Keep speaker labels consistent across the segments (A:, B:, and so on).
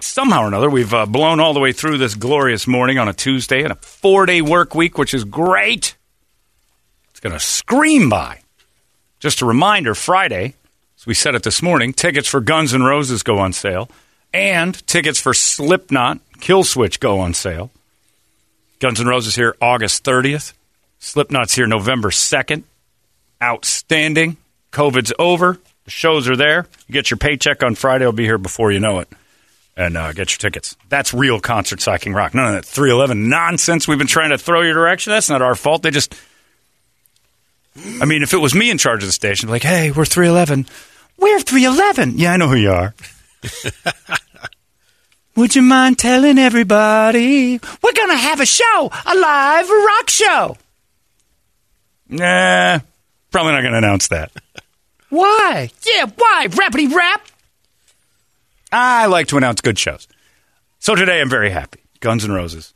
A: somehow or another, we've uh, blown all the way through this glorious morning on a Tuesday and a four day work week, which is great. It's going to scream by. Just a reminder Friday, as we said it this morning, tickets for Guns N' Roses go on sale, and tickets for Slipknot, Kill Switch go on sale. Guns N' Roses here August 30th, Slipknot's here November 2nd. Outstanding. COVID's over. The shows are there. You get your paycheck on Friday. I'll be here before you know it. And uh, get your tickets. That's real concert psyching rock. None of that 311 nonsense we've been trying to throw your direction. That's not our fault. They just. I mean, if it was me in charge of the station, I'd be like, hey, we're 311. We're 311. Yeah, I know who you are. Would you mind telling everybody we're going to have a show, a live rock show? Nah, probably not going to announce that. Why? Yeah, why? Rappity rap. I like to announce good shows. So today I'm very happy. Guns N' Roses,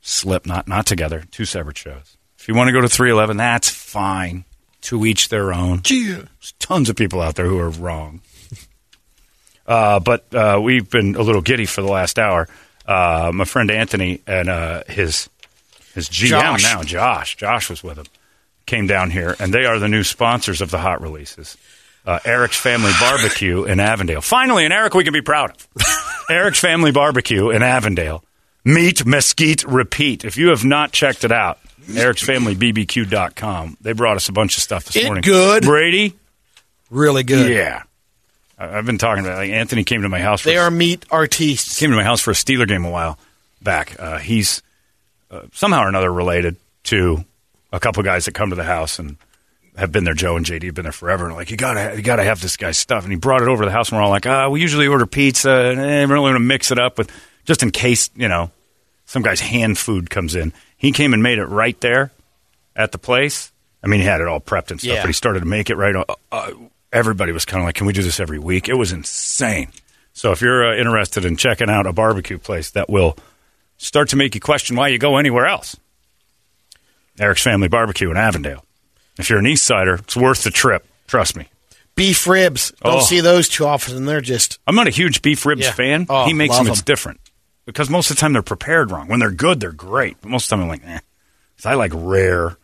A: Slipknot, not together, two separate shows. If you want to go to 311, that's fine. To each their own. There's tons of people out there who are wrong. Uh, but uh, we've been a little giddy for the last hour. Uh, my friend Anthony and uh, his his GM
B: Josh.
A: now, Josh. Josh was with him. Came down here, and they are the new sponsors of the hot releases. Uh, Eric's Family Barbecue in Avondale. Finally, an Eric we can be proud of. Eric's Family Barbecue in Avondale. Meet Mesquite Repeat. If you have not checked it out, Eric'sFamilyBBQ.com. They brought us a bunch of stuff this
B: It
A: morning.
B: good?
A: Brady?
B: Really good.
A: Yeah. I- I've been talking about it. Like, Anthony came to my house. For
B: They
A: a
B: are meat artistes.
A: came to my house for a Steeler game a while back. Uh, he's uh, somehow or another related to a couple guys that come to the house and have been there. Joe and JD have been there forever, and like you gotta, you gotta have this guy's stuff. And he brought it over to the house, and we're all like, uh, we usually order pizza, and eh, we don't want to mix it up with just in case you know some guy's hand food comes in. He came and made it right there at the place. I mean, he had it all prepped and stuff,
B: Yeah.
A: but he started to make it right. Uh, uh, everybody was kind of like, "Can we do this every week?" It was insane. So, if you're uh, interested in checking out a barbecue place that will start to make you question why you go anywhere else, Eric's Family Barbecue in Avondale. If you're an East Sider, it's worth the trip. Trust me.
B: Beef ribs. Don't
A: Oh.
B: see those too often. They're just
A: I'm not a huge beef ribs
B: Yeah.
A: fan.
B: Oh,
A: he makes
B: love
A: them, it's
B: them.
A: different because most of the time they're prepared wrong. When they're good, they're great. But most of the time, I'm like, eh. 'Cause I like rare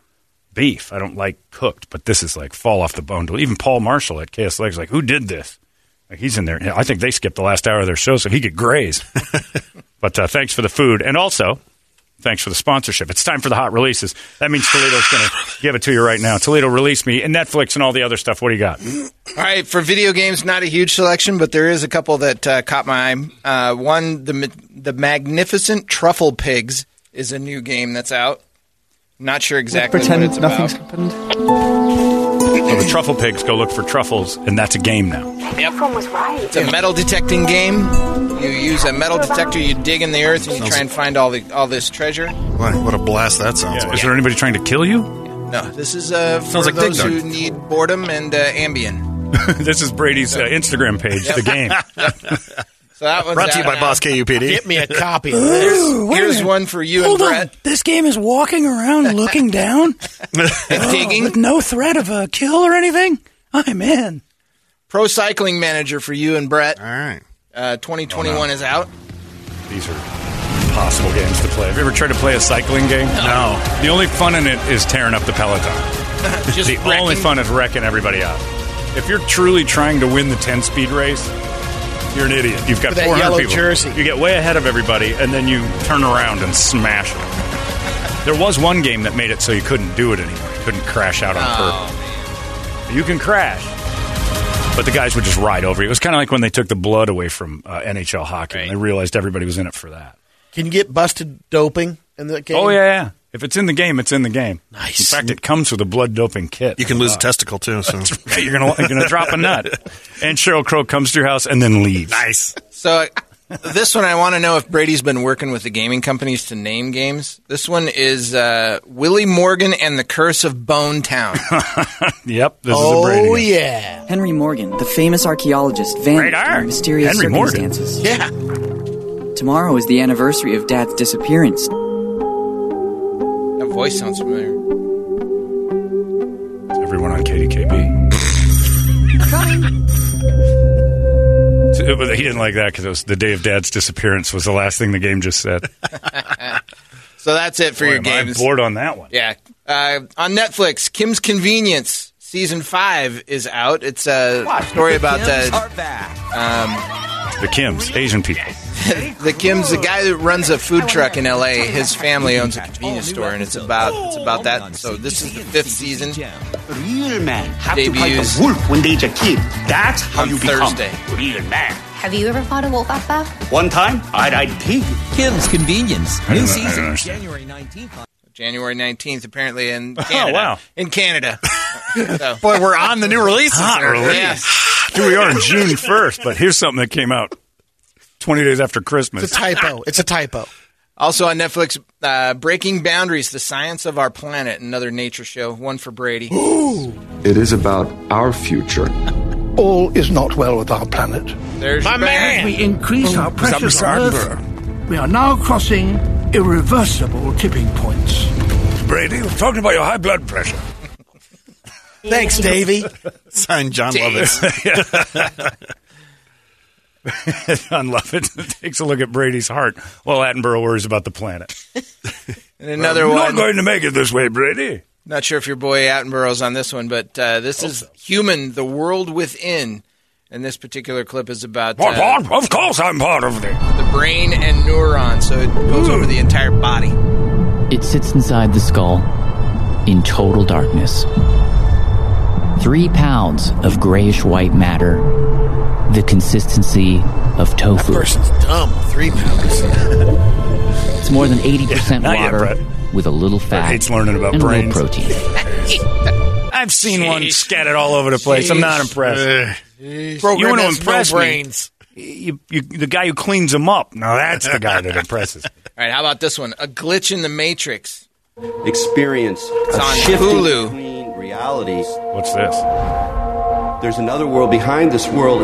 A: beef. I don't like cooked, but this is like fall off the bone. Even Paul Marshall at KSLX is like, who did this? Like he's in there. I think they skipped the last hour of their show so he could graze. but uh, thanks for the food and also thanks for the sponsorship. It's time for the hot releases. That means Toledo's going to give it to you right now. Toledo, release me and Netflix and all the other stuff. What do you got?
C: All right, for video games, not a huge selection, but there is a couple that uh, caught my eye. Uh, one, the Ma- the Magnificent Truffle Pigs is a new game that's out. Not sure exactly
D: Pretend
C: what it's
D: nothing's
C: about.
D: happened.
A: So the truffle pigs go look for truffles, and that's a game now.
E: Everyone was right.
C: It's a metal detecting game. You use a metal detector, you dig in the earth, and you try and find all the all this treasure.
F: Wow, what a blast that sounds
A: Yeah.
F: like.
A: Is there anybody trying to kill you?
C: No, this is uh, for
F: Sounds like Dig
C: those who
F: Dug.
C: need boredom and uh, Ambien.
A: this is Brady's uh, Instagram page, the game.
C: So that one's
F: Brought to you
C: out
F: by
C: now.
F: Boss KUPD.
B: get me a copy.
C: Here's one for you and Brett.
G: This game is walking around looking down.
D: Oh,
C: Digging.
G: No threat of a kill or anything. I'm in.
C: Pro Cycling Manager for you and Brett.
F: All right.
C: Uh, 2021 is out.
A: These are impossible games to play. Have you ever tried to play a cycling game? No. The only fun in it is tearing up the peloton.
C: Just
A: the only
C: wrecking-
A: fun is wrecking everybody up. If you're truly trying to win the 10 speed race, you're an idiot. You've got
B: With that
A: 400
B: yellow
A: people.
B: jersey.
A: You get way ahead of everybody, and then you turn around and smash them. there was one game that made it so you couldn't do it anymore. You couldn't crash out on purpose.
B: Oh,
A: You can crash. But the guys would just ride over you. It was kind of like when they took the blood away from uh, NHL hockey. And they realized everybody was in it for that.
B: Can you get busted doping in that game?
A: Oh, yeah, yeah. If it's in the game, it's in the game.
B: Nice.
A: In fact, it comes with a blood doping kit.
F: You can lose a testicle too. So
A: Yeah, you're gonna you're gonna drop a nut, and Cheryl Crow comes to your house and then leaves.
F: nice.
C: So uh, this one, I want to know if Brady's been working with the gaming companies to name games. This one is uh, Willie Morgan and the Curse of Bone Town.
A: Yep, this
B: Oh
A: is a Brady. game.
B: yeah.
G: Henry Morgan, the famous archaeologist,
A: Great
G: vanished
A: art.
G: under mysterious
A: Henry Morgan.
G: circumstances.
B: Yeah.
G: Tomorrow is the anniversary of Dad's disappearance.
C: that voice sounds familiar.
A: Everyone on KDKB.
E: Fine.
A: It's, it was- he didn't like that because it was the day of Dad's disappearance was the last thing the game just said.
C: So that's it for your
A: Boy, am I
C: games.
A: bored on that one.
C: Yeah. Uh, on Netflix, Kim's Convenience season five is out. It's a story about the
A: The Kims, Asian people.
C: the Kim's, the guy that runs a food truck in L.A. His family owns a convenience store, and it's about it's about that.
A: Oh,
C: So this is the fifth season.
D: Real man have to fight
C: Debuts
D: a wolf when they're a kid. That's how
C: on
D: you become
C: Thursday.
D: real man.
E: Have you ever fought a wolf, Papa?
D: One time, I ride pig.
H: Kim's Convenience.
A: I don't- I
H: New
A: don't
H: season
A: understand.
H: January 19th. on-
C: January nineteenth, apparently in Canada.
A: wow.
C: In Canada. so,
F: Oh, Boy, we're on the new releases.
A: Hot
F: here.
A: release.
C: yeah.
A: Here we are in June 1st, but here's something that came out 20 days after
B: It's
A: Christmas.
B: a typo. It's a typo.
C: Also on Netflix, uh, Breaking Boundaries: The Science of Our Planet, another nature show. One for Brady.
I: It is about our future.
J: All is not well with our planet.
C: There's
B: My
C: your
B: man.
C: bag.
J: We increase
C: Oh,
J: our pressures on Earth. We are now crossing irreversible tipping points.
A: Brady, we're talking about your high blood pressure.
B: Thanks, Davey.
F: Signed John Lovitz.
A: John Lovett takes a look at Brady's heart while Attenborough worries about the planet.
C: And another
A: We're
C: one.
A: not going to make it this way, Brady.
C: Not sure if your boy Attenborough's on this one, but uh, this is Human, the World Within. And this particular clip is about
A: What,
C: uh,
A: what? Of course I'm part of it.
C: the brain and neuron, so it goes over the entire body.
H: It sits inside the skull in total darkness. Three pounds of grayish white matter, the consistency of tofu.
B: Person's dumb. Three pounds.
H: It's more than 80%
A: Not yet,
H: water
A: Brett.
H: with a little fat
A: hates learning about
H: and a little
A: brains.
H: protein.
A: I've seen one scattered all over the place. I'm not impressed.
F: Uh,
A: You want to
C: Programmers, no
A: impress me?
C: brains.
A: You, you, the guy who cleans them up. No, that's the guy that impresses. me.
C: All right, how about this one? A glitch in the Matrix.
I: Experience
C: It's
I: a
C: on
I: shifting
C: Hulu.
I: between realities.
A: What's this?
I: There's another world behind this world.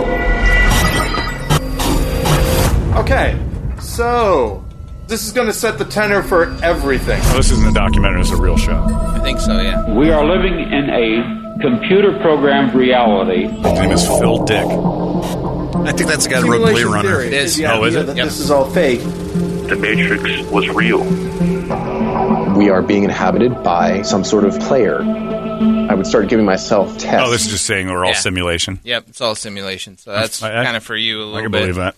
I: Okay, so this is going to set the tenor for everything.
A: Oh, this isn't a documentary. It's a real show.
C: I think so, yeah.
K: We are living in a computer programmed reality.
A: His name is Phil Dick.
F: I think that's the guy that wrote Blade Runner.
C: It is.
A: Oh, is it?
C: Yep.
I: This is all fake.
J: The Matrix was real.
I: We are being inhabited by some sort of player. I would start giving myself tests.
A: Oh, this is just saying we're all
C: Yeah.
A: simulation.
C: Yep, it's all simulation. So that's
A: I- I-
C: kind of for you a little
A: I can
C: bit.
A: believe that.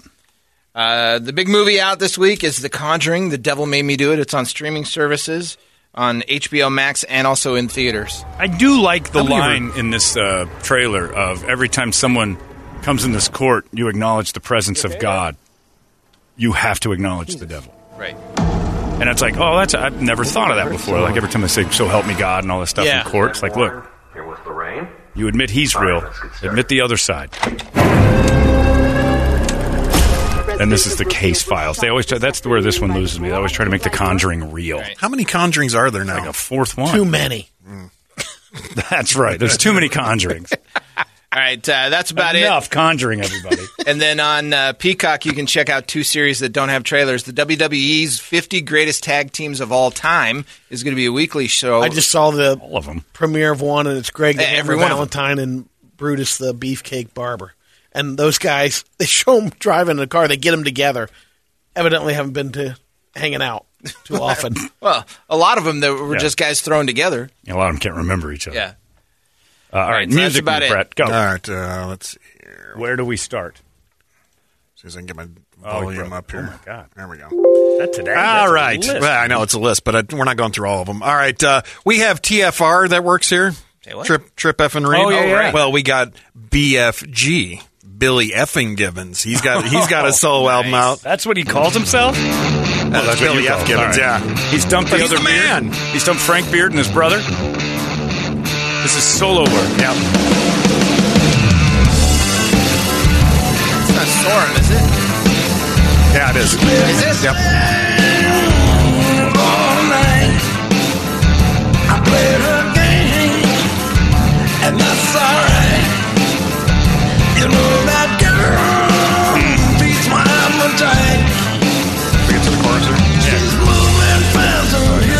C: Uh, the big movie out this week is The Conjuring. The Devil Made Me Do It. It's on streaming services, on HBO Max, and also in theaters.
A: I do like the
F: How many
A: line in this uh, trailer of every time someone comes in this court, you acknowledge the presence of God. You have to acknowledge the devil.
C: Right.
A: And it's like, oh, that's I've never thought of that before. Like every time they say, "So help me God" and all this stuff
C: Yeah.
A: in court, it's like, look,
J: Here was the rain.
A: you admit he's real, admit the other side. And this is the case files. They always try, that's where this one loses me. They always try to make the Conjuring real.
F: How many conjurings are there now?
A: Like a fourth one.
B: Too many.
A: That's right. There's too many conjurings.
C: All right, uh, that's about it.
A: Enough conjuring, everybody.
C: And then on uh, Peacock, you can check out two series that don't have trailers. The WWE's 50 Greatest Tag Teams of All Time is going to be a weekly show.
B: I just saw the
A: all of them.
B: premiere of one, and it's Greg the
C: Eh, every
B: Hammer
C: one of 'em.
B: Valentine and Brutus the Beefcake Barber. And those guys, they show them driving in a car. They get them together. Evidently, haven't been to hanging out too often.
C: well, a lot of them that were
A: Yeah.
C: just guys thrown together.
A: A lot of them can't remember each other.
C: Yeah.
A: Uh, all right,
C: so that's
A: music, about
C: about it.
A: Brett. Go.
F: All right, uh, let's see here.
A: Where do we start?
F: See if I can get my
A: Oh, you
F: volume
A: broke-
F: up
A: oh
F: here.
A: my God.
F: There we go.
A: That today.
F: All right. Well, I know it's a list, but I, we're not going through all of them. All right. Uh, we have TFR that works here.
C: Say what?
F: Trip, Trip F and Reed.
A: Oh, yeah, yeah.
F: right. Well, we got BFG, Billy Effing Gibbons. He's got he's got a solo album out.
A: That's what he calls himself.
F: That's
A: Oh, that's what
F: Billy
A: you
F: F.
A: call it.
F: Gibbons.
A: All right.
F: Yeah.
A: He's dumped the
F: He's
A: other
F: the
A: Beard.
F: man.
A: He's dumped Frank Beard and his brother. This is solo work. Yeah.
C: It's not Soren, is it?
F: Yeah, it is.
C: Is it?
F: Yep.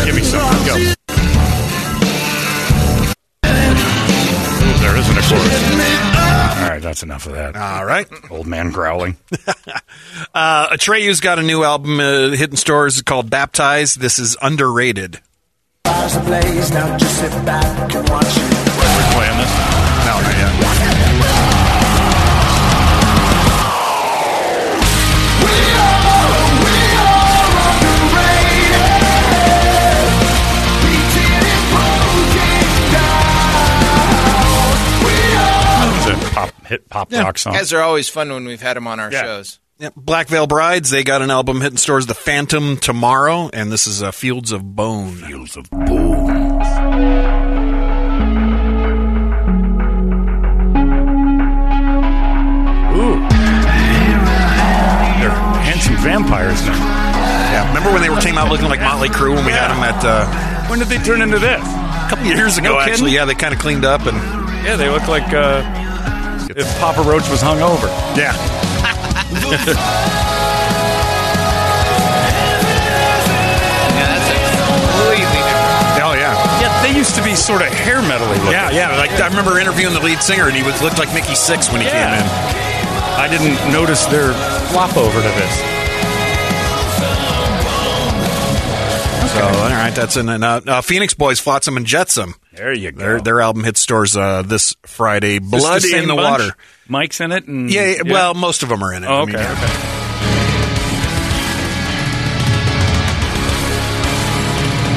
A: Give me some. Go. Ooh, there isn't a chorus. All right. right, that's enough of that.
F: All right.
A: Old man growling.
F: Uh, Atreyu's got a new album uh, hitting stores called Baptized. This is underrated.
L: Blaze, now just sit back and watch it.
A: We're playing this.
F: No, not yet.
A: That was a pop hit pop rock song.
C: Guys are always fun when we've had them on our
A: Yeah.
C: shows.
F: Yeah, Black Veil Brides, they got an album hitting stores, The Phantom, tomorrow, and this is uh, Fields of Bone.
A: Fields of Bone. Ooh. They're handsome vampires now.
F: Yeah, remember when they were, came out looking like Motley Crue when we had 'em had them at
A: When did they turn into this?
F: uh, a couple years ago,
A: No kidding?
F: actually. Yeah, they kind of cleaned up and.
A: Yeah, they look like uh, if Papa Roach was hung over.
F: Yeah.
C: Yeah, that's a completely different.
F: Oh, yeah.
A: Yeah, they used to be sort of hair metal-y looking.
F: Yeah, yeah. Like, I remember interviewing the lead singer, and he was, looked like Mickey Six when he
A: Yeah.
F: came in.
A: I didn't notice their flop over to this.
F: So, all right, that's in. Uh, uh, Phoenix Boys, Flotsam and Jetsam.
A: There you go.
F: Their, their album hits stores uh, this Friday.
A: Just
F: Blood
A: same
F: in the
A: bunch?
F: Water.
A: Mike's in it, and
F: Yeah, well, most of them are in it.
A: Oh,
F: I mean,
A: okay,
F: yeah.
A: okay.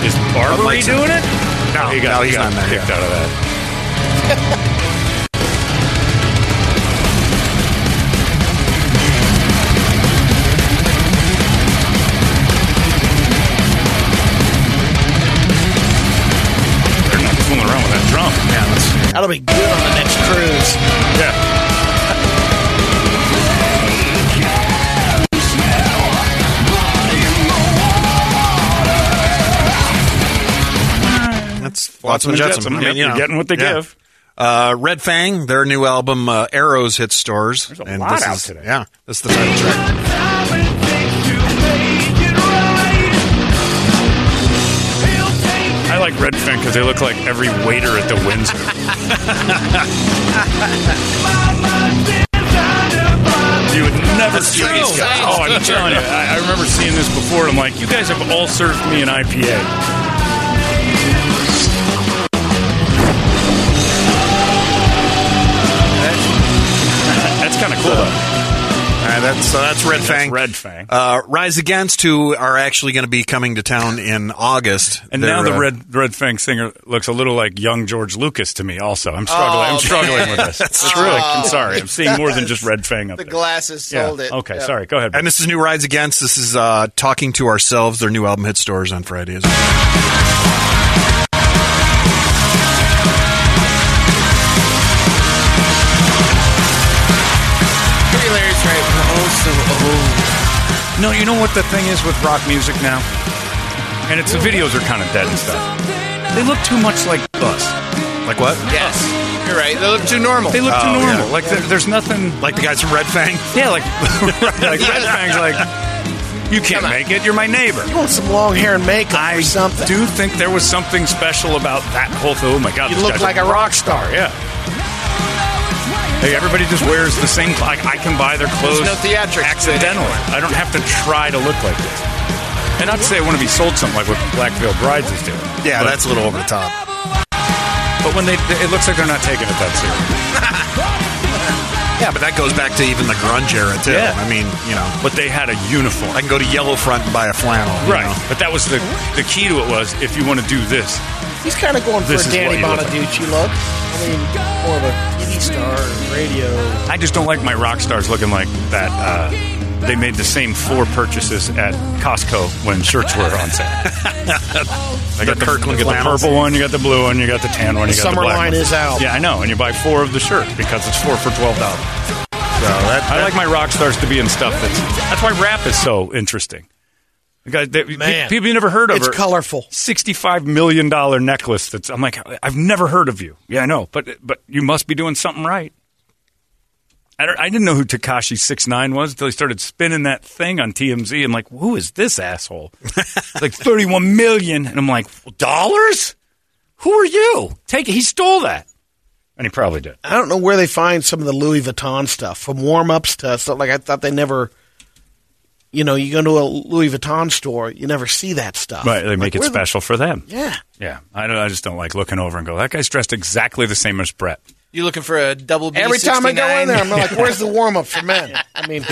A: Is
F: But
A: Barbary
F: Mike's in
A: doing it?
F: No,
A: he got,
F: no,
A: he
F: he's
A: got
F: not in there.
A: kicked out of that. They're not fooling around with that drum.
B: That'll be good on the next cruise.
A: Yeah.
F: That's Flotsam and Jetsam.
A: Jetsam. Yep, you're getting what they give.
F: Uh, Red Fang, their new album uh, Arrows hits stores.
A: There's a lot
F: this
A: out
F: is,
A: today.
F: Yeah, this is the title track.
A: I like Red Fang because they look like every waiter at the Windsor. you would never see these guys. Oh, I'm telling you, I, I remember seeing this before, and I'm like, you guys have all served me an IPA. That's kind of cool, though.
F: All right, that's so that's Red
A: That's
F: Fang.
A: Red Fang.
F: Uh, Rise Against, who are actually going to be coming to town in August.
A: And
F: They're,
A: now the
F: uh,
A: Red Red Fang singer looks a little like young George Lucas to me. Also, I'm struggling.
C: Oh,
A: I'm struggling with this. That's true. I'm sorry. I'm seeing more than just Red Fang up
C: The
A: there.
C: glasses sold it.
A: Okay,
C: Yeah.
A: sorry. Go ahead.
F: And this is new Rise Against. This is uh, Talking to Ourselves. Their new album hits stores on Friday. as well.
C: Pretty Larry's right.
A: no, you know what the thing is with rock music now, and it's the videos are kind of dead and stuff. They look too much like us.
F: Like what?
C: Yes, you're right. They look too normal.
A: They look
F: Oh,
A: too
F: yeah.
A: normal. Like there, there's nothing.
F: Like the guys from Red Fang?
A: Yeah, like like Red Fang's like you can't make it. You're my neighbor.
B: You want some long hair and makeup
A: I
B: or something?
A: do think there was something special about that whole thing. Oh my god,
B: you
A: this
B: look
A: guy's
B: like a rock star.
A: Yeah. Hey, everybody just wears the same. Like I can buy their clothes
C: There's no theatrics.
A: accidentally. I don't have to try to look like this. And not to say I want to be sold something like what Black Veil Brides is doing.
F: Yeah,
A: but,
F: that's a little over the top.
A: But when they, it looks like they're not taking it that seriously.
F: Yeah, but that goes back to even the grunge era, too.
A: Yeah.
F: I mean, you know,
A: But they had a uniform,
F: I can go to Yellow Front and buy a flannel. you
A: right?
F: know.
A: But that was the the key to it was if you want to do this,
B: He's kind of going for a
A: This is what
B: Danny
A: you look like.
B: Bonaducci look. I mean, more of a TV star, radio.
A: I just don't like my rock stars looking like that. Uh, they made the same four purchases at Costco when shirts were on sale. I got the,
F: Kirkland
A: you got the
F: flannels.
A: purple one, you got the blue one, you got the tan one, you got the
B: Summer
A: black
B: line
A: one.
B: is out.
A: Yeah, I know, and you buy four of the shirt because it's four for twelve dollars.
F: So that,
A: I like my rock stars to be in stuff that's. That's why rap is so interesting. The guy- that- pe-
B: Man.
A: people you never heard of.
B: It's
A: her.
B: colorful.
A: Sixty-five million dollar necklace. That's. I'm like, I've never heard of you. Yeah, I know, but but you must be doing something right. I, don't, I didn't know who Takashi Six Nine was until he started spinning that thing on TMZ. I'm like, who is this asshole? It's like thirty-one million, and I'm like, dollars? Who are you? Take it. He stole that. And he probably did.
B: I don't know where they find some of the Louis Vuitton stuff, from warm ups to stuff. Like I thought they never, you know, you go to a Louis Vuitton store, you never see that stuff.
A: Right, they
B: Like,
A: make it
B: where the-
A: special for them.
B: Yeah.
A: Yeah, I, don't, I just don't like looking over and go, that guy's dressed exactly the same as Brett.
C: You looking for a double B?
B: Every time I go in there, I'm
A: E
C: 69?
B: like, "Where's the warm up for men?" I mean,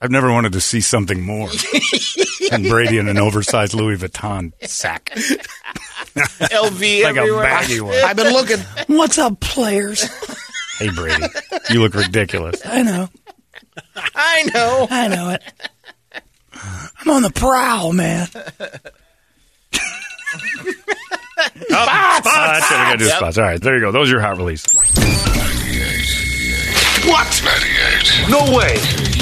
A: I've never wanted to see something more than Brady in an oversized Louis Vuitton sack.
B: LV
A: Like a
B: everywhere.
A: baggy one.
B: I've been looking.
M: What's up, players?
A: Hey, Brady, you look ridiculous.
M: I know.
C: I know.
M: I know it. I'm on the prowl, man.
A: Spots! Spots! Yeah, we gotta do
M: Yep.
A: spots. All right, there you go. Those are your hot release.
M: What?
A: No way.